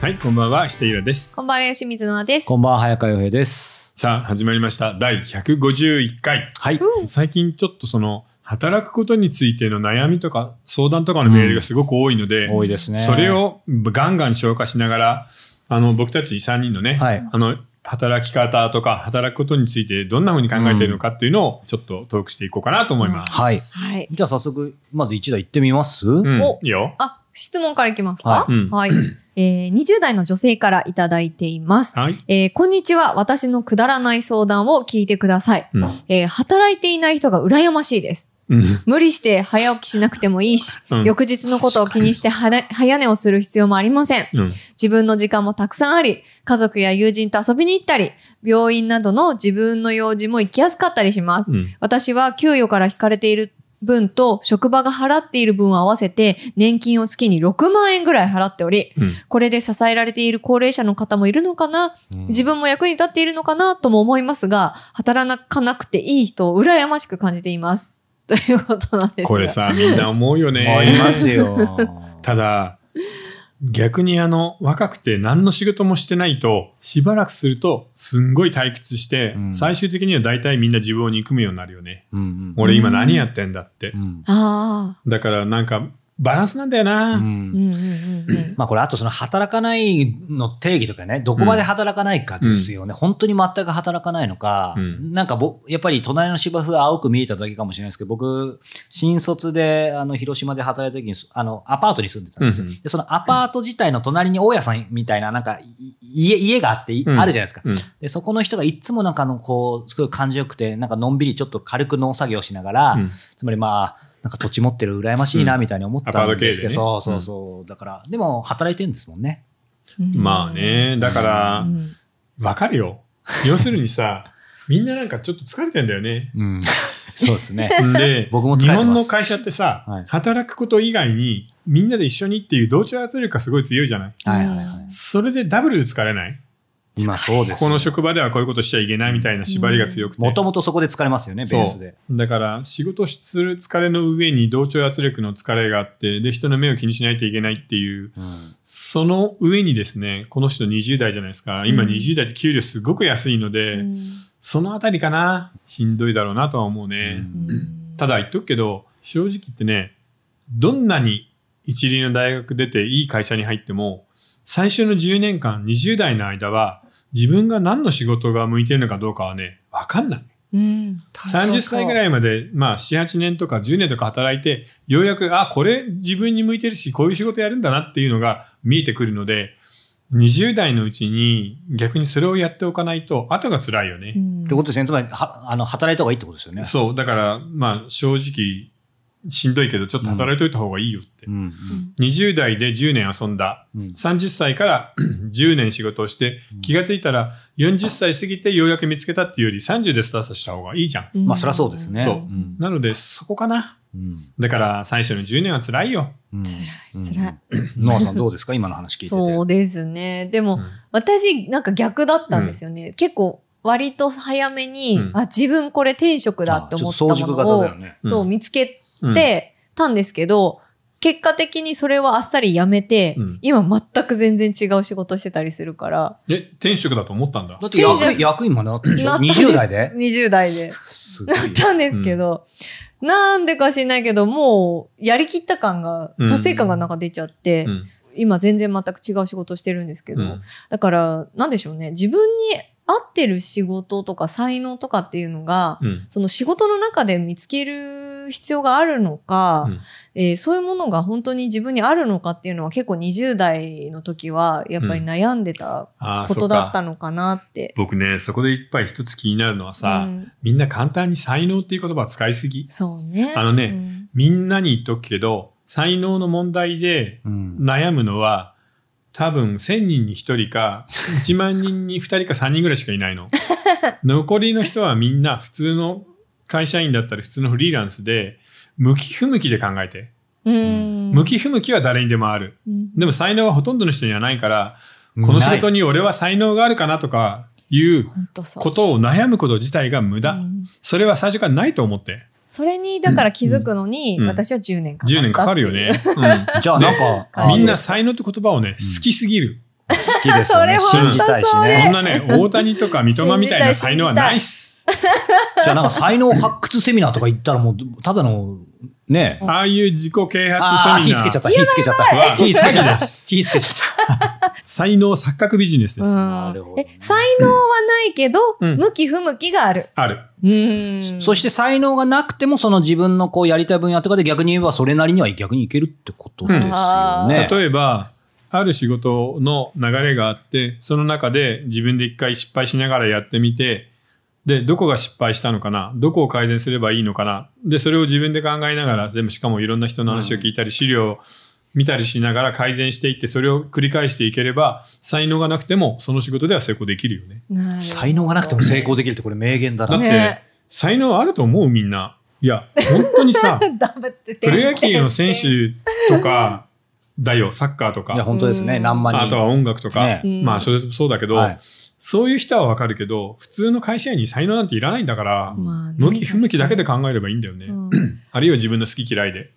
はい、こんばんは、下平ですこん。ばんは、清水奈々です。こんばんは、早川洋平です。さあ、始まりました。第151回。はい。うん最近ちょっとその、働くことについての悩みとか相談とかのメールがすごく多いので、多いですね。それ、をガンガン消化しながら、あの、僕たち3人のね、はいあの、働き方とか、働くことについてどんな風に考えているのかっていうのをちょっとトークしていこうかなと思います。はい。はい。じゃあ早速、まず一台行ってみます、うん、おいいよ。あ、質問からいきますはかいうんはい。えー、20代の女性からいただいています。はい。えー、こんにちは。私のくだらない相談を聞いてください。うん。えー、働いていない人が羨ましいです。うん。無理して早起きしなくてもいいし、うん翌日のことを気にしてはね早寝をする必要もありません。うん。自分の時間もたくさんあり、家族や友人と遊びに行ったり、病院などの自分の用事も行きやすかったりします。うん。私は給与から引かれている分と職場が払っている分を合わせて年金を月に6万円ぐらい払っており、うんこれで支えられている高齢者の方もいるのかな、自分も役に立っているのかなとも思いますが、働かなくていい人を羨ましく感じています。 ということなんですがこれ。さ、みんな思うよね。ありま すよ。ただ、逆にあの、若くて何の仕事もしてないと、しばらくすると、すんごい退屈して、うん最終的には大体みんな自分を憎むようになるよね。うん俺今何やってんだってう。ん。ああ。だからなんか、バランスなんだような。うんん。うんうんうん。まあこれあとその働かないの定義とかね、どこまで働かないかですよね。本当に全く働かないのか、うんなんか僕、やっぱり隣の芝生が青く見えただけかもしれないですけど、僕、新卒であの広島で働いた時に、あの、アパートに住んでたんですよ。うんうんで、そのアパート自体の隣に大家さんみたいな、なんかい家、家があってい、うんあるじゃないですか。うんで、そこの人がいつもなんかあの、こう、すごい感じよくて、なんかのんびりちょっと軽く農作業しながら、うんつまりまあ、なんか土地持ってる羨ましいなみたいに思ったんですけど、うんアパーそト経営でねうそうそう。だから、でも働いてるんですもんね。 まあね、だかうら、ん。わかるよ。要するにさ、 みんななんかちょっと疲れてんだよね。うん。 そうですね。で、僕も日疲れてます本の会社ってさ、はい働くこと以外に、みんなで一緒にっていう同調圧力がすごい強いじゃない。はいはいはい。それでダブルで疲れない今そうです、この職場ではこういうことしちゃいけないみたいな縛りが強くて。もともとそこで疲れますよね、ベースで。だから仕事する疲れの上に同調圧力の疲れがあってで人の目を気にしないといけないっていううんその上にですねこの人20代じゃないですか今うん20代って給料すごく安いので、うんそのあたりかなしんどいだろうなとは思うね、うんただ言っとくけど正直言ってねどんなに一流の大学出ていい会社に入っても最初の10年間20代の間は自分が何の仕事が向いてるのかどうかはね分かんない。うん。 30歳ぐらい。いまで、まあ、4、8年とか10年とか働いて、ようやく、あ、これ自分に向いてるし、こういう仕事やるんだなっていうのが見えてくるので、20代のうちに逆にそれをやっておかないと、後が辛いよね。ってことですね。つまり、はあの働いた方がいいってことですよね。そう、だから、まあ、正直、しんどいけど、ちょっと働いといた方がいいよって。うん20代で10年遊んだ。うんうん30歳から 10年仕事をしてうん、気がついたら40歳過ぎてようやく見つけたっていうより30でスタートした方がいいじゃん。うんまあ、そりゃそうですね。そうんなので、そこかな。うんだから最初の10年は辛いよ。うん辛い辛いうんノアさんどうですか今の話聞いてて。そうですね。でも、うん私、なんか逆だったんですよね。結構、割と早めに、うんあ、自分これ天職だって思ったもあちょっのと早熟型を、だよね。そう、うん見つけてたんですけど、結果的にそれはあっさりやめて、うん今全く全然違う仕事してたりするから、え、天職だと思ったんだだ。って役転員役員までなってるでしょなったんです20代で ?20 代で。すごいなったんですけど、なんでか知んないけど、もう、やりきった感が、うん達成感がなんか出ちゃって、うん今全然全く違う仕事してるんですけど、うんだから、なんでしょうね。自分に合ってる仕事とか才能とかっていうのが、うんその仕事の中で見つける必要があるのか、うんえーそういうものが本当に自分にあるのかっていうのは結構20代の時はやっぱり悩んでたああ、こそとうだったか。のかなって。僕ね、そこでいっぱい一つ気になるのはさ、うんみんな簡単に才能っていう言葉を使いすぎ。そうね。あのねうんみんなに言っとくけど、才能の問題でうん悩むのは、多分1000人に1人か、1万人に2人か3人ぐらいしかい ないの。残りの人はみんな普通の会社員だったり普通のフリーランスで、向き不向きで考えて。うん向き不向きは誰にでもある。うんでも才能はほとんどの人にはないから、この仕事ないに俺は才能があるかなとかいう本当そうことを悩むこと自体が無駄。うんそれは最初からないと思って。それにだから気づくのに、うん私は10年かかったってい10う年かかるよね。じゃあなんかううんん、みんな才能って言葉をね、好きすぎる。好きですよね。それ信じたいし本当そんね。なね、大谷とか三笘みた いな才能はないっす。じゃあなんか才能発掘セミナーとか行ったらもう、ただの、ね。ああいう自己啓ああ、発セミナ火つけちゃっーた、火つけちゃっ た。は 火つけちゃっでた。す。火つけちゃった。 才能錯覚ビジネスです。うんなるほどねえ才能はないけど、うん向き不向きがある。ある。うん。そして才能がなくても、その自分のこうやりたい分野とかで逆に言えば、それなりには逆にいけるってことですうんよね。例えば、ある仕事の流れがあって、その中で自分で一回失敗しながらやってみて、で、どこが失敗したのかなどこを改善すればいいのかなで、それを自分で考えながら、でもしかもいろんな人の話を聞いたり、資料を見たりしながら改善していって、それを繰り返していければ、才能がなくてもその仕事では成功できるよね。なるほど才能がなくても成功できるってこれ名言だだっな。て、ね 才能あると思うみんな。いや、本当に さ、ダブっててプロ野球の選手とかだよ、サッカーといや、か、本当ですうね。ん何万人。あとは音楽とか、ねうんまあ小説もそうだけど、はいそういう人はわかるけど、普通の会社員に才能なんていらないんだから、まあね向き不向きだけで考えればいいんだよね。うんああるいは自分の好き嫌いで。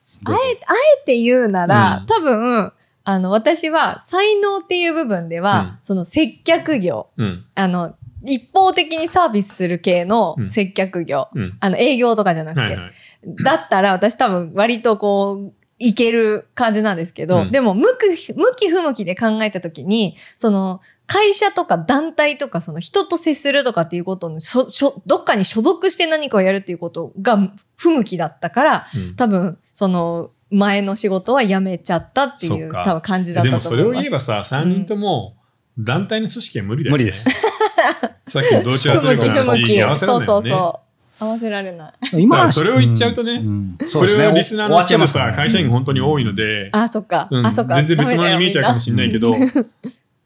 えて言うなら、うん多分、あの、私は才能っていう部分では、その接客業、うん、あの、一方的にサービスする系のうん接客業、うん。あの、営業とかじゃなくて、はいはい。 だったら私多分割とこう、いける感じなんですけど、うんでも向く、向き不向きで考えた時に、その、会社とか団体とか、その人と接するとかっていうことの、しょ、しょ、どっかに所属して何かをやるっていうことが不向きだったから、うん多分、その、前の仕事は辞めちゃったってい、そうっか多分感じだっでたと思いもます。それを言えばさ、3人とも団体の組織は無理だよね。無理です。さっきの同調圧不向力きの不向話にき。合わせらそれなういよそうね。そう。合わせられない。今だの話からそれを言っちゃうとねんんこれはリスナーの終わっ人ちゃいまもすからさ、ね会社員本当に多いので、あ、そっか。うんあ、そっか。全然別物に見えちゃうかもししれないけど、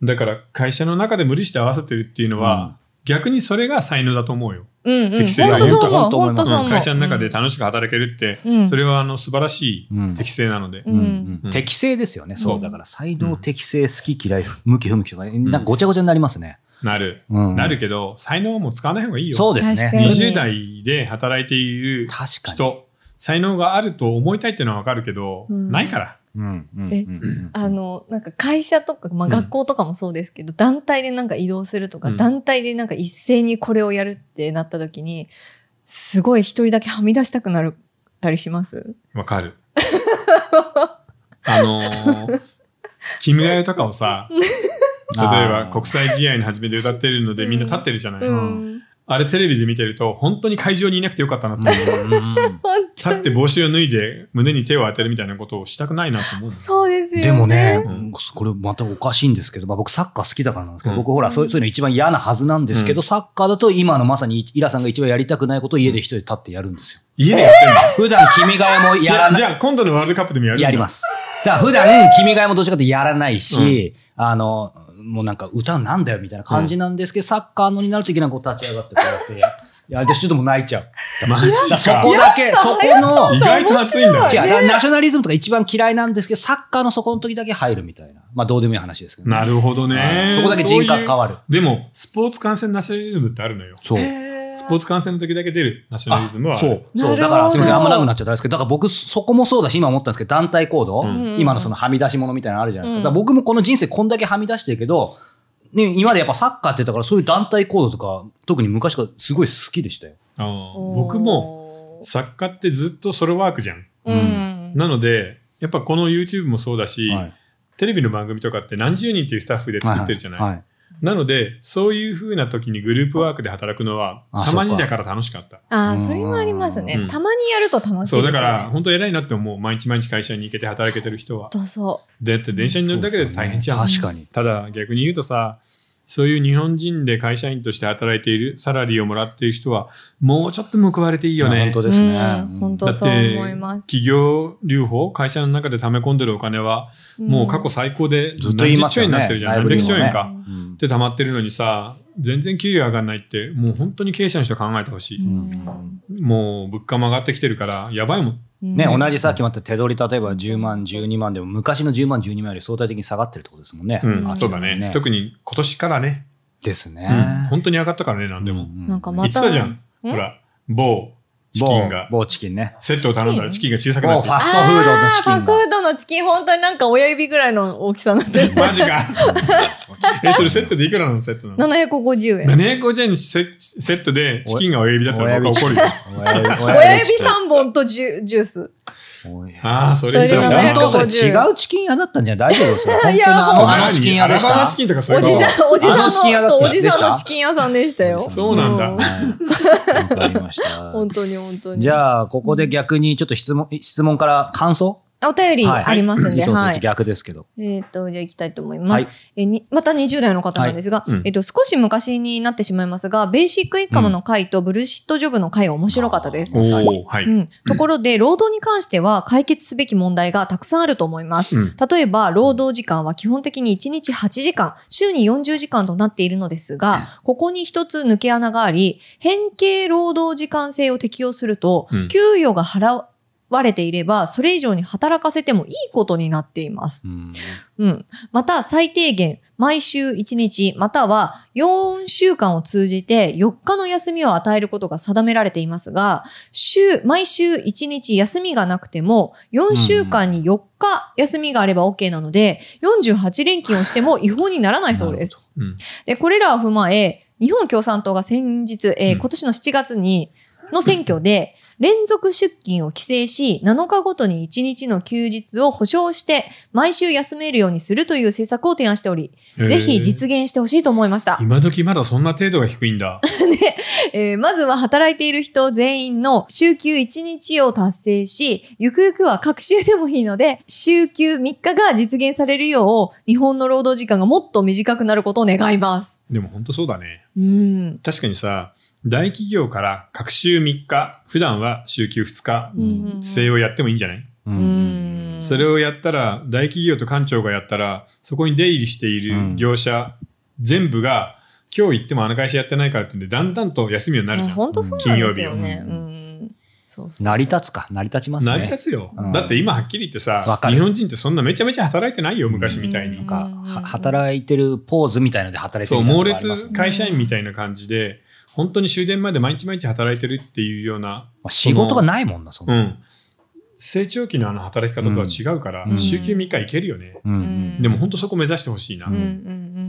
だから会社の中で無理して合わせてるっていうのうんは、逆にそれが才能だと思うよ。れない。うんうん。適正な本当そう思う。本当思い本ま当すそう思うう。ん会社の中で楽しく働けるって、うんそれはあの素晴らしういん適性なので、ううんんうん適正ですよね。そうう。んだから、才能、適正、好き、嫌い、向き、不向きとか、なんかごちゃごちゃになりますね。なる、うんなるけど才能はもう使わない方がいいよ。そうです確かにね。 20代で働いている確かに。人才能があると思いたいっていうのはわかるけど、うんないからうんうんうんえうんあの、なんか会社とか、まあうん学校とかもそうですけど、団体でなんか移動するとか、うん団体でなんか一斉にこれをやるってなった時に、すごい一人だけはみ出したくなるたりしますわかる。あのーキムガヨとかを さ例えば国際試合の初めで歌ってるのでみんな立ってるじゃない、うん。あれテレビで見てると本当に会場にいなくてよかったなって思ううんうんうん本立当っにて帽子を脱いで胸に手を当てるみたいなことをしたくないなと思うのそうですよね。でもねう、んこれまたおかしいんですけど、まあ、僕サッカー好きだからなんですけど、うん僕ほら、そういうそういうの一番嫌なはずなんですけど、うサッカーだと今のまさにイラさんが一番やりたくないことを家で一人で立ってやるんですよ。家でやってんの普段君がえもやらいないじゃあ今度のワールドカップでもやるんだやります。だから普段、君がえもどっちかってやらないし、あの、もうなんか歌うなんだよみたいな感じなんですけど、サッカーのになるといけないこう立ち上がってこ うやって、いや、で、ちょっともう泣いちゃう。マジだかからそこだけ、そこの、意外と熱いんだ違うよナショナリズムとか一番嫌いなんですけど、サッカーのそこの時だけ入るみたいな。まあ、どうでもいい話ですけどね、なるほどねそこだけ人格変わる。そういうでもスポーツ観戦ナショナリズムってあるのよそう。へースポーツ観戦の時だけ出るナショナリズムはあるそう。なるほそう。どだから、すみません、あんまなくなっちゃったんですけど、だから僕、そこもそうだし、今思ったんですけど、団体行動、うん今のそのはみ出し物みたいなのあるじゃないですか。うんだから僕もこの人生こんだけはみ出してるけど、ね、今までやっぱサッカーってだからそういう団体行動とか、特に昔からすごい好きでしたよ。あー僕も、作家ってずっとソロワークじゃんうんうんなのでやっぱこの YouTube もそうだし、はいテレビの番組とかって何十人っていうスタッフで作ってるじゃない、はいはいなのでそういうふうな時にグループワークで働くのはあたまにそうかだから楽しかったああ、それもありますうねん。たまにやると楽しいですそようね。だから本当偉いなって思う毎日毎日会社に行けて働けてる人は本。当そだって電車に乗るだけで大変じゃん、そうですよねただ逆に言うとさそういう日本人で会社員として働いているサラリーをもらっている人はもうちょっと報われていいよ確かに。いやね本。当う。ですうねん。本だ当っそうて思います。企業留保会社の中で溜め込んでるお金はもう過去最高でずっと言いますよ何十兆円ねになってるじゃんライ何ブ百にも兆ね円うか。んうんで溜まってるのにさ全然給料上がんないってもう本当に経営者の人は考えてほしい、うんもう物価も上がってきてるからやばいもんね、同じさっきもあった手取り、例えば10万、12万でも、昔の10万、12万より相対的に下がってるってことですもんね。うん、あそうだねね特に今年からね、ですねうん。本当に上がったからね、なんでうも。んなんかま言ってたじゃん。うんほら、某チキンが。某某チキンね。セットを頼んだらチキンが小さくな某っフてァストフードのチキあーファンストがフ。ードのチキン、本当になんか親指ぐらいの大きさになってるる。マジ か。え、それセットでいくらのセットなの750円。 750円セセットでチキンが親指だったら僕は怒るよ。親指親指3本とジュジュース。ああ、それそれで本当それ750違うチキン屋だったんじゃない大丈夫ですよ。本当にあいのやあのチキン屋でしアラバマたチ。キンとかそういおうじのさん、おじさあんのの、チキン屋だったそう、おじさんでしのたチキン屋さんでしたよ。そうなんだうはいわかりました。本当に本当に。じゃあ、ここで逆にちょっと質問、質問から感想あお便りありますんで、そうはするとい。逆ですけど。えっ、と、じゃあ行きたいと思います。はいえーにまた20代の方なんですが、いうんえっと、少し昔になってしまいますが、ベーシックインカムの回とブルシットジョブの回が面白かったです。おうーはい。ん、ところで、労働に関しては解決すべき問題がたくさんあると思います。うん例えば、労働時間は基本的に1日8時間、週に40時間となっているのですが、ここに一つ抜け穴があり、変形労働時間制を適用すると、うん給与が払われていれば、それ以上に働かせてもいいことになっています。うんうん。また、最低限、毎週1日、または4週間を通じて4日の休みを与えることが定められていますが、週、毎週1日休みがなくても、4週間に4日休みがあれば OK なので、48連勤をしても違法にならないそうでなす。るほどうんで、これらを踏まえ、日本共産党が先日、えーうん今年の7月に、の選挙で、連続出勤を規制し、7日ごとに1日の休日を保障して、毎週休めるようにするという政策を提案しており、ぜひ実現してほしいと思いました。今時まだそんな程度が低いんだ。えーまずは働いている人全員の週休1日を達成し、ゆくゆくは各週でもいいので、週休3日が実現されるよう、日本の労働時間がもっと短くなることを願います。でも本当そうだね。うん。確かにさ、大企業から各週3日、普段は週休2日、うん制をやってもいいんじゃない、ううんん。それをやったら、大企業と官庁がやったら、そこに出入りしていうるん業者、全部が、今日行ってもあの会社やってないからってんで、だんだんと休みになるじゃん。本当そうなんですよね。金う曜日ん。そうそう。成り立つか、成り立ちますね。成り立つよ、うんだって今はっきり言ってさわかる日本人ってそんなめちゃめちゃ働いてないよ昔みたいに、うなんか、は働いてるポーズみたいので働いてそるうみたい猛なとこあります烈会社員みたいな感じで本当に終電まで毎日毎日働いてるっていうような、まあ仕事がないもんな、そんうな。ん、成長期のあの働き方とは違うから、うん週休3日いけるよね、うんううんんでも本当そこ目指してほしいな、うんうんうんうん。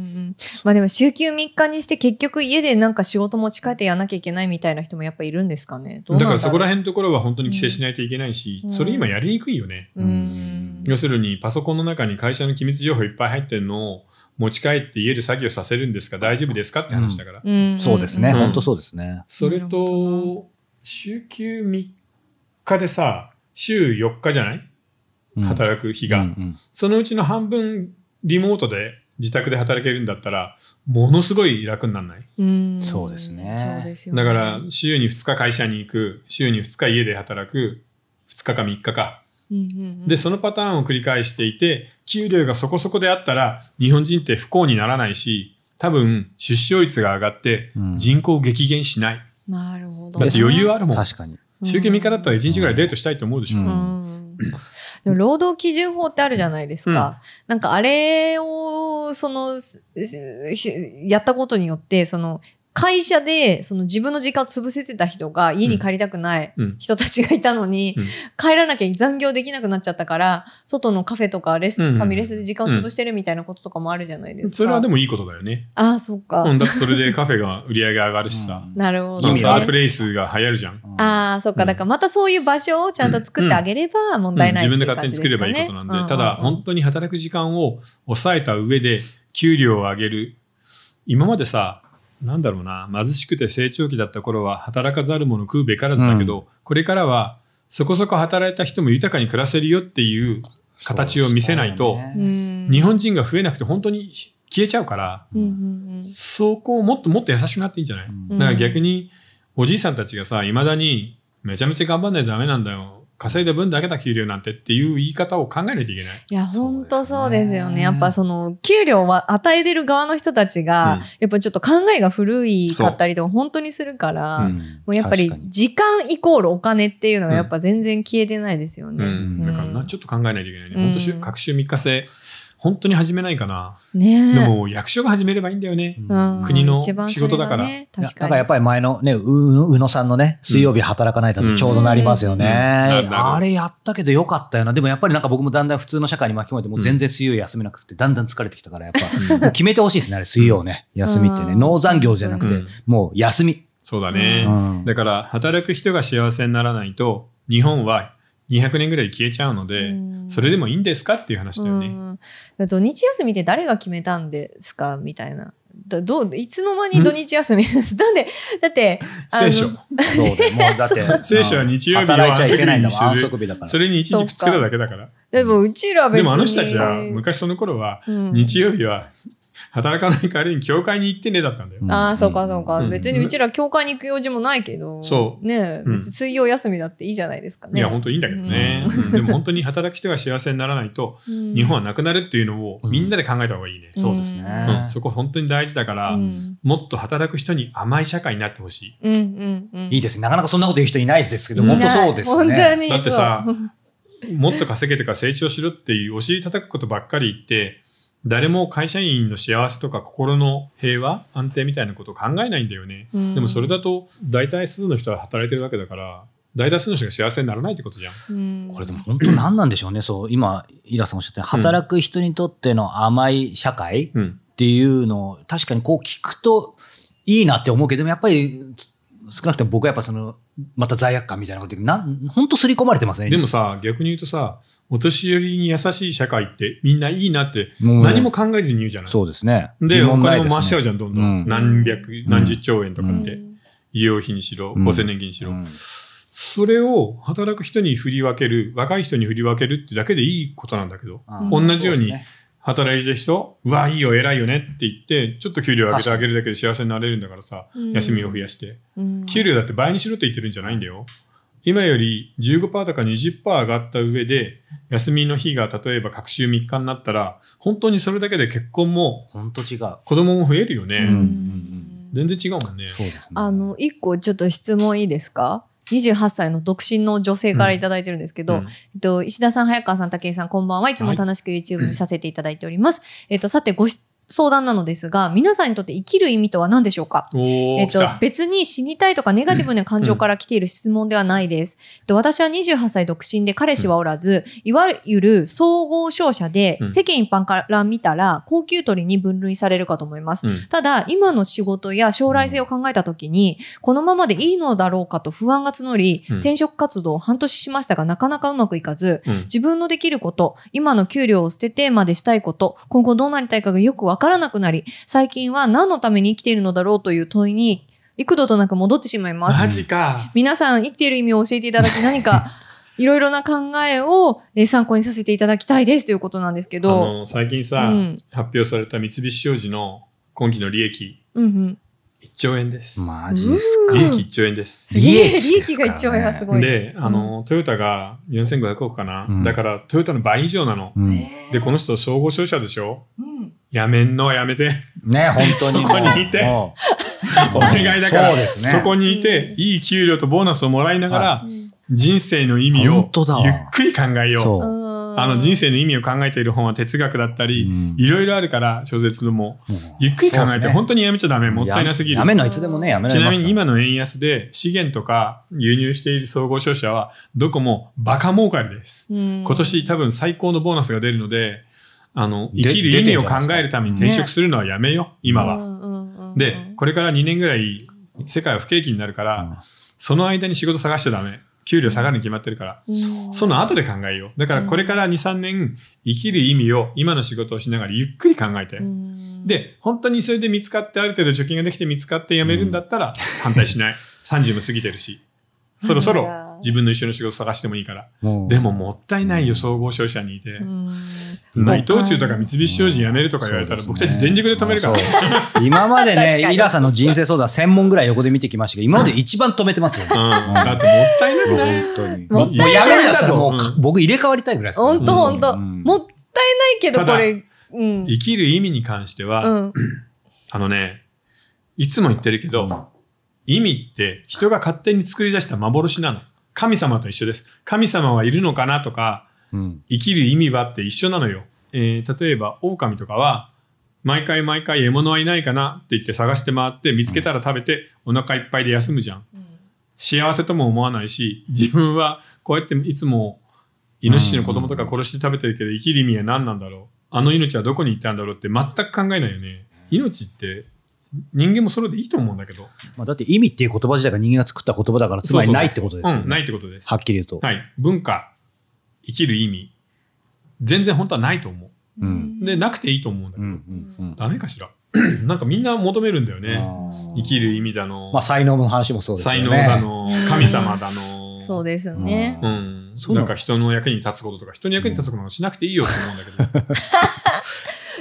まあでも週休3日にして結局家でなんか仕事持ち帰ってやらなきゃいけないみたいな人もやっぱいるんですかね。どうだなからんだろうそこら辺のところは本当に規制しないといけないし、うんそれ今やりにくいよね、うん。要するにパソコンの中に会社の機密情報いっぱい入ってるのを持ち帰って家で作業させるんですか大丈夫ですかって話だから、うんそうですね、うん本当そうですね。それなるほと、週休3日でさ、週4日じゃないうん働く日が、うんうんそのうちの半分リモートで自宅で働けるんだったら、ものすごい楽にならない。うんそうですねそうですよねだから、、週に2日会社に行く、週に2日家で働く、2日か3日か。で、で、そのパターンを繰り返していて、給料がそこそこであったら、日本人って不幸にならないし、多分、出生率が上がってう、ん人口激減しない。なるほど。だって余裕あるもん。確かに。週休3日だったら1日ぐらいデートしたいと思うでしょ。うんうんでも労働基準法ってあるじゃないですか。なんかあれを、その、すしやったことによって、その、会社で、その自分の時間を潰せてた人が家に帰りたくないうん人たちがいたのに、うん帰らなきゃ残業できなくなっちゃったから、外のカフェとかレス、うんファミレスで時間を潰してるみたいなこととかもあるじゃないですか。それはでも。もいいことだよね。ああ、そっか。うん、だってそれでカフェが売り上げ上がるしさ。なるほあど、の意味サはーあドるプレイスが流行るじゃん。ああ、そっうか。んだからまたそういう場所をちゃんと作ってあげれば問題ないうんっ自て分でいう感勝手にじですか作れね、ばいいことなんで、ただうんうんうん本当に働く時間を抑えた上で給料を上げる。今までさ、なんだろうな、貧しくて成長期だった頃は働かざる者食うべからずだけど、これからはそこそこ働いた人も豊かに暮らせるよっていう形を見せないと、そうですねうん日本人が増えなくて本当に消えちゃうから、うんうんそこをもっともっと優しくなっていいんじゃない、うんうんだから逆におじいさんたちがさいまだにめちゃめちゃ頑張んないとダメなんだよ稼いだ分だけだ給料なんてっていう言い方を考えないといけない。いや、ほんとそうですよそうですね。ねやっぱその、給料は与えてる側の人たちが、うんやっぱちょっと考えが古いかったりとか、本当にするから、うもんうやっぱり確かに時間イコールお金っていうのがやっぱ全然消えてないですようね。ん、だからなちょっと考えないといけないね。本当週うん各週3日制本当に始めないかな。ねえでも役所が始めればいいんだよね。うん国の一番仕事だからそれがねいや確かだからにやっぱり前のね、う、うのさんのね、水曜日働かないだとちょうどなりますよね。うんうんうんあれやったけどよかったよな。でもやっぱりなんか僕もだんだん普通の社会に巻き込まれて、もう全然水曜休めなくて、だんだん疲れてきたから、やっぱ、うんもう決めてほしいですね、あれ、水曜ね、休みってね。うん農残業じゃなくうてん、もう休み。そうだね。うんだから働く人が幸せにならないと日本は200年ぐらい消えちゃうので、うんそれでもいいんですかっていう話だよね。うん土日休みって誰が決めたんですかみたいな。だどういつの間に土日休み なんでだってあの聖書。そうだよもうだ って。聖書は日曜日を働いちゃいけないんだもん、安安息息日だから。それに一軸つけただけだから。でもうちらは別でにもあの人たちは昔その頃はうん日曜日は働かない代わりに教会に行ってねだったんだよ。うんああそうかそうか、うん別にうちら教会に行く用事もないけどそうねえうん別に水曜休みだっていいじゃないですかねいや本当いいんだけどね、うんでも本当に働く人が幸せにならないと当日日本はなくなるっていうのをみんなで考えた方がいいね、そうですねうんそこ本当に大事だから、うんもっと働く人に甘い社会になってほしうんうんうんいいですね。なかなかそんなこと言う人いないですけど、いな本い当そうですね。本当はねだってさいもっと稼げてから成長しろっていうお尻叩くことばっかり言って誰も会社員の幸せとか心の平和安定みたいなことを考えないんだよね、そうでもそれ、だと大多数の人は働いてるわけだから大多数の人が幸せにならないってことじゃん、うんこれでも本当何なんでしょうね。そう、今、イラさんおっしゃって、働く人にとっての甘い社会っうん、ていうのを、確かにこう聞くといいなって思うけど、でもやっぱり、つ少なくとも僕はやっぱその、また罪悪感みたいなことで、なん、本当刷り込まれてますね。でもさ逆に言うとさお年寄りに優しい社会ってみんないいなってもう何も考えずに言うじゃない、そうですね。でお金もま回しちゃうじじゃんどんどん、うん何百何十兆円とかって、うん医療費にしろうん厚生年金にしろ、うんそれを働く人に振り分ける若い人に振り分けるってだけでいいことなんだけどあー同じようそにですね働いてる人うわいいよ偉いよねって言ってちょっと給料上げてあげるだけで幸せになれるんだからさうん休みを増やしてうん給料だって倍にしろって言ってるんじゃないんだよ今より15%とか20%上がった上で休みの日が例えば隔週3日になったら本当にそれだけで結婚も本当違う。子供も増えるよね、うんうん全然違うもんねそうですね。あの、一個ちょっと質問いいですか ?28 歳の独身の女性からいただいてるんですけど、うんえっと、石田さん、早川さん、武井さん、こんばんは。いつも楽しく YouTube 見させていただいております。えっと、さて、ごし相談なのですが、皆さんにとって生きる意味とは何でしょうかおー、えっ来とた、別に死にたいとかネガティブな感情から来ている質問ではないです。えっと私は28歳独身で彼氏はおらず、いわゆる総合商社で、うん世間一般から見たら高級取りに分類されるかと思います。うんただ、今の仕事や将来性を考えたときに、このままでいいのだろうかと不安が募り、うん転職活動を半年しましたが、なかなかうまくいかず、うん自分のできること、今の給料を捨ててまでしたいこと、今後どうなりたいかがよくわからなくなり、最近は何のために生きているのだろうという問いに、幾度となく戻ってしま います。マジか皆さん、生きている意味を教えていただき、何か、いろいろな考えをえー参考にさせていただきたいですということなんですけあど、の最近さ、うん発表された三菱商事の今期の利益うんうん。 1兆円です。マジっすか。利益1兆円です。すげえ、利利益です益かがらね一応はすごい。で、あの、トヨタが4500億かな、うんだからトヨタの倍以上なの。うんで、この人、総合商社でしょうんやめんの、やめて。ね、本当にもう。そこにいてもうお願いだから、そうですね。そこにいて、いい給料とボーナスをもらいながら、人生の意味を本当だわゆっくり考えよう。そう。ああの人生の意味を考えている本は哲学だったり、うんいろいろあるから小説でもゆっくり考そえうですてね本当にやめちゃダメもったいなすぎるややめない、いつでもね、やめらちれなますみからに今の円安で資源とか輸入している総合商社はどこもバカ儲かりです、今今年多分最高のボーナスが出るのであので生きる意味を考えるために出転んじゃないですてか職するのはやめよう今は、はでこれから2年ぐらい世界は不景気になるから、その間に仕事探しちゃダメ給料下がるに決まってるからその後で考えよう。だからこれから2、3年生きる意味を今の仕事をしながらゆっくり考えて。で、本当にそれで見つかってある程度貯金ができて見つかって辞めるんだったら反対しない。30も過ぎてるし。そろそいやろー自分の一緒の仕事探してもいいから。もうでももったいないよ、総合商社にいて。うんまあ伊藤忠とか三菱商事辞めるとか言われたらそう僕でたすねち全力で止めるから。そう今ま で確かね、にイラさんの人生相談1000問ぐらい横で見てきましたけど、今まで一番止めてますよね。うもん、だってもったいなうくない本当に。もったいないやめるんだったらもううん僕入れ替わりたいぐらいですからね。本当本当うんもったいないけどただこれうん生きる意味に関しては、うんあのね、いつも言ってるけど、意味って人が勝手に作り出した幻なの。神様と一緒です。神様はいるのかなとか、うん生きる意味はって一緒なのよ。えー例えば狼とかは毎回毎回獲物はいないかなって言って探して回って見つけたら食べてお腹いっぱいで休むじゃん幸せとも思わないし自分はこうやっていつもイノシシの子供とか殺して食べてるけど生きる意味は何なんだろうあの命はどこに行ったんだろうって全く考えないよね命って人間もそれでいいと思うんだけどまあ、だって意味っていう言葉自体が人間が作った言葉だから、つまりないってことですよね。うんないってことですはっきり言うと。はい文化生きる意味全然本当はないと思うんうでなくていいと思うんだけうど、んうんダメかしら なんかみんな求めるんだようんねあー生きる意味だの、まあ、才能の話もそうですよね。才能だ の神様だのそうですね。うん、そうななのんか人の役に立つこととか人の役に立つこともしなくていいよって思うんだけど、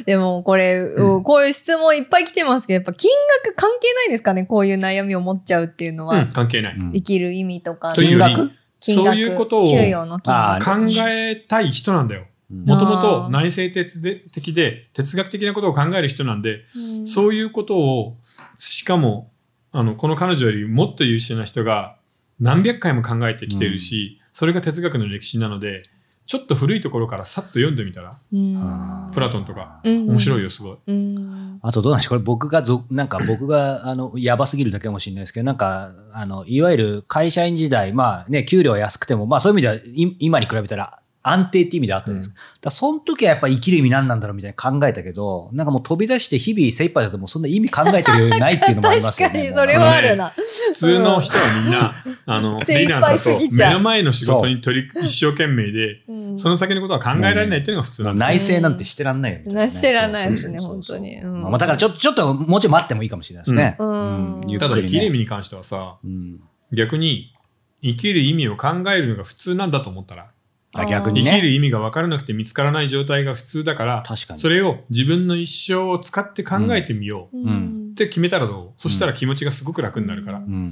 でもこれ、うんこういう質問いっぱい来てますけど、やっぱ金額関係ないですかねこういう悩みを持っちゃうっていうの は。うん関係ない、うん生きる意味とか、というより金額金額そういうことを給与の金あ額。考えたい人なんだようんもともあとー内省哲で的で哲学的なことを考える人なんで、うんそういうことをしかもあのこの彼女よりもっと優秀な人が何百回も考えてきてるし、それが哲学の歴史なのでちょっと古いところからさっと読んでみたらうんプラトンとかうん面白いよすごい。うんあとどうなんでしょうこれ僕がぞ、なんか僕が、あの、やばすぎるだけかもしれないですけど、なんか、あの、いわゆる会社員時代、まあね、給料は安くても、まあそういう意味ではい、今に比べたら安定って意味であったじゃないですか。だからその時はやっぱ生きる意味何なんだろうみたいな考えたけど、なんかもう飛び出して日々精一杯だともうそんな意味考えてるようにないっていうのもありま 確すよかね。にそれはあるな。普通の人はみんな、あの、フ精リー一ランスだ杯すとぎ目ちゃうの前の仕事に取り、一生懸命で、うんその先のことは考えられないっていうのが普通なんだ。内政なんてしてらんないよみたいなね。してらんないですねそうそうそう本当にうんまあまあだからちょっと、ちょっともうちょい待ってもいいかもしれないですね。うんゆったくだ、生りきる意ね。味に関してはさ、うん逆に、生きる意味を考えるのが普通なんだと思ったら、あ逆生にきるね。意味が分からなくて見つからない状態が普通だから、確かに。それを自分の一生を使って考えてみようううんんって決めたらどうそしたら気持ちがすごく楽になるからう。うん。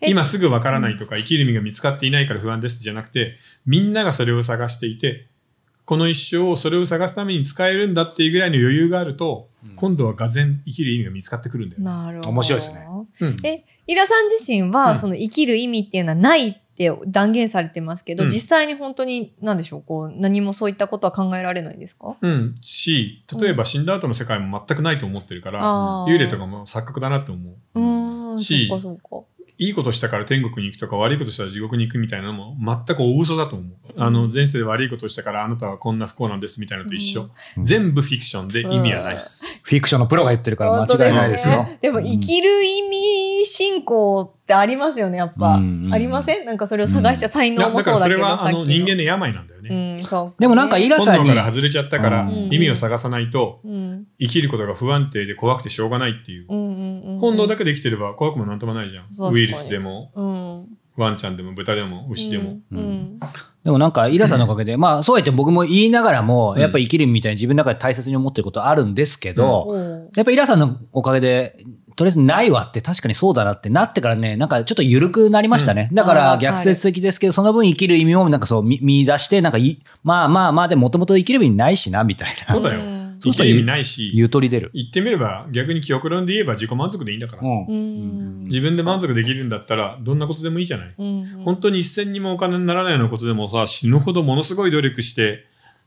え今すぐわからないとか生きる意味が見つかっていないから不安ですじゃなくてみんながそれを探していてこの一生をそれを探すために使えるんだっていうぐらいの余裕があると、うん今度はが然生きる意味が見つかってくるんだよね。なるほど。面白いですねうんえイラさん自身は、うんその生きる意味っていうのはないって断言されてますけど、うん実際に本当に何でしょうこう何もそういったことは考えられないんですかうん、し例えば死んだ後の世界も全くないと思ってるから、あー幽霊とかも錯覚だなって思ううーんしそっかそっかいいことしたから天国に行くとか悪いことしたら地獄に行くみたいなのも全く大嘘だと思うあの前世で悪いことしたからあなたはこんな不幸なんですみたいなのと一緒、うん全部フィクションで意味はないです、フィクションのプロが言ってるから間違いないですよ。ねでも生きる意味信仰ってありますよねやっぱ、うんありませんなんかそれを探しちゃ才能いやもだかそらうそだけれどはさっあきのの人間の病なんだよね、うんそうでもなんかイラ本さん能にか、ら外れちゃったから、うん意味を探さないとうん生きることが不安定で怖くてしょうがないっていう、うんうんうん本能だけで生きてれば怖くもなんともないじゃん確かにウイルスでもうんワンちゃんでも豚でも牛でも、うんうんでもなんか、イラさんのおかげで、まあ、そうやって僕も言いながらも、うんやっぱ生きるみたいに自分の中で大切に思ってることあるんですけど、おうやっぱイラさんのおかげで、とりあえずないわって確かにそうだなってなってからね、なんかちょっと緩くなりましたね。だかあらー逆説的ですけど、その分生きる意味もなんかそう見見出して、なんかい、まあまあまあ、でもともと生きる意味ないしな、みたいな。そうだよん生きる意味ないしゆとり出る。。言ってみれば逆に極論で言えば自己満足でいいんだから、うんん自分で満足できるんだったらどんなことでもいいじゃない、うん本当に一銭にもお金にならないようなことでもさ死ぬほどものすごい努力して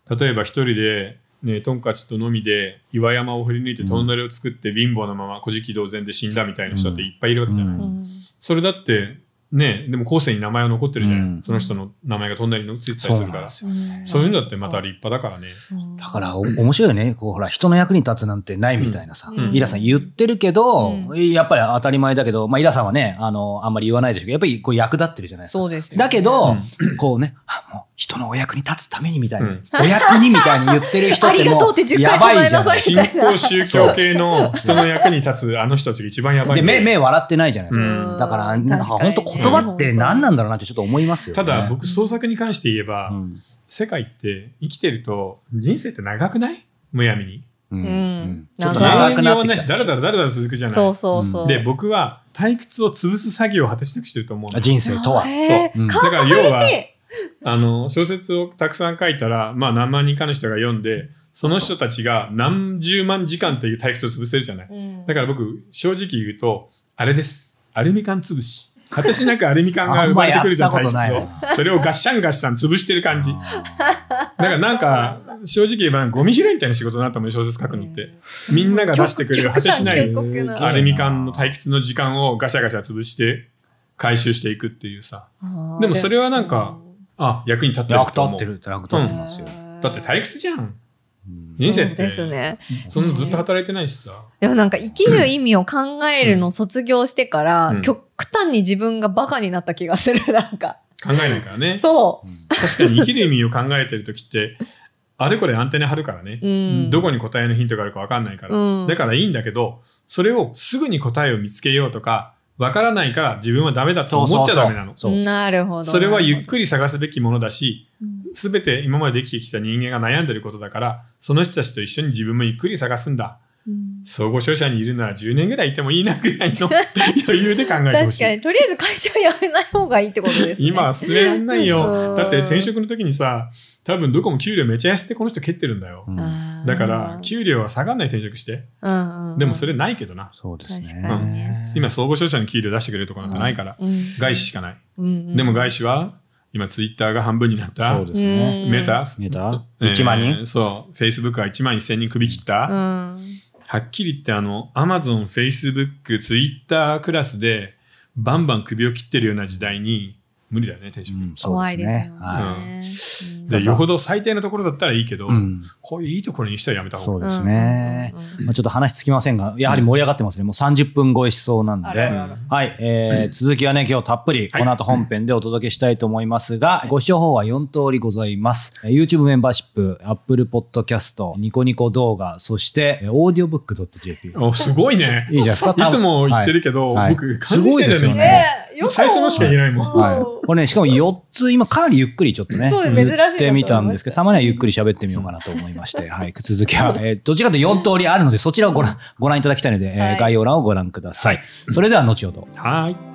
例えば一人で、ね、トンカチとのみで岩山を振り抜いてトンネルを作って貧乏なまま古事記同然で死んだみたいな人っていっぱいいるわけじゃない、うんうんそれだってねでも後世に名前は残ってるじゃない、うんその人の名前がトンネルについてたりそうするなんかでらすよ。うんそういうのだってまた立派だからね、うんだから、お面白いよね。こう、ほら、人の役に立つなんてないみたいなさ。うんイラさん言ってるけど、うやっぱり当たり前だけど、まあ、イラさんはね、あの、あんまり言わないでしょうけど、やっぱりこう役立ってるじゃないですか。そうですよねだけど、 こうね、あもう人のお役に立つためにみたいうな、んお役にみたいに言ってる人ってもありがとうって10回やばいじゃん唱えなさい信仰宗教系の人の役に立つあの人たちが一番やばいで、んだ目、よ目笑ってないじゃないですか。うんだから、なんか本当言に葉って何なんんだろうなってちょっと思いますよ、ね。ただ、僕創作に関して言えば、うん、世界って生きてると人生って長くないむやみに。うんんちょっと永長遠い長くに終なっわんてなきいたし、だらだらだらだら続くじゃない。そうそうそう。で、僕は退屈を潰す作業を果てしてくしてると思うの。人生とは。へーそううんかだから要はわ、いあの、小説をたくさん書いたら、まあ何万人かの人が読んで、その人たちが何十万時間っていう退屈を潰せるじゃない。い。だから僕、正直言うと、あれです。アルミ缶潰し。私なんかアルミ缶が生まれてくるじゃん、 あんま体や質ったこをとない。それをガッシャンガッシャン潰してる感じ。だあからなんか、正直言えばゴミ拾いみたいな仕事になったもん、小説書くのって。みんなが出してくれる果てしな極い極端なアルミ缶の退屈の時間をガシャガシャ潰して回収していくっていうさ。あーでもそれはなんかあ、役に立っーてる役と立思っうて。る、役立ってますよ。だって退屈じゃん。うん人生ってそうですね。そんなずっと働いてない しさ。でもなんか生きる意味を考えるのを卒業してから、うん極端に自分がバカになった気がする、なんか。考えないからね。そ確かに生きる意味を考えてる時って、あれこれアンテナ張るからねう。。うん。どこに答えのヒントがあるか分かんないから、うんだからいいんだけどそれをすぐに答えを見つけようとか分からないから自分はダメだと思っちゃダメなのそうなるほど。それはゆっり。くり探すべきものだし全て今まで生きてきた人間が悩んでることだからその人たちと一緒に自分もゆっくり探すんだうん総合商社にいるなら10年ぐらいいてもいいなぐら いの余裕で考えてほ確しかい。に、とりあえず会社を辞めない方がいいってことですね。今は進めらんないうんよ。だって転職の時にさ、多分どこも給料めちゃ安ってこの人蹴ってるんだよ。うんあーだから、給料は下がんない転職して。うんうん、でもそれ、れないけどな。そうです確かにね。今、総合商社の給料出してくれるとこなんてないから、うん、外資しかない、うんうんでも外資は今ツイッターが半分になったそうですね。メタ、見えたえー ?1 万人そうフェイスブックは1万1000人首切った、うん。はっきり言ってあのアマゾンフェイスブックツイッタークラスでバンバン首を切ってるような時代に無理だよね転職、うんそう怖いですよね。はうんでよほど最低のところだったらいいけど、いうんこういういいところにしてはやめた方そがうですね。。うんうんうんまあ、ちょっと話つきませんが、やはり盛り上がってますね。もう30分超えしそうなんあでらあ。らあらはい、えー続きはね、今日たっぷり、はこいの後本編でお届けしたいと思いますが、ご視聴方法は4通りございます。えー YouTube メンバーシップ、Apple Podcast、ニコニコ動画、そして、えー audiobook.jp。おすごいねいいじゃないですか。いつも言ってるけど、はい僕感じしてるんだよすごいですよねねえよく最初のしか言えないもん、はい、はいこれね、しかも4つ、今かなりゆっくりちょっとね、そう珍しいなと思いました言ってみたんですけど、たまにはゆっくり喋ってみようかなと思い まして、はい、続きは、えーどっちかというと4通りあるので、そちらをご覧ご覧いただきたいので、えーはい概要欄をご覧ください。それでは後ほど。はーい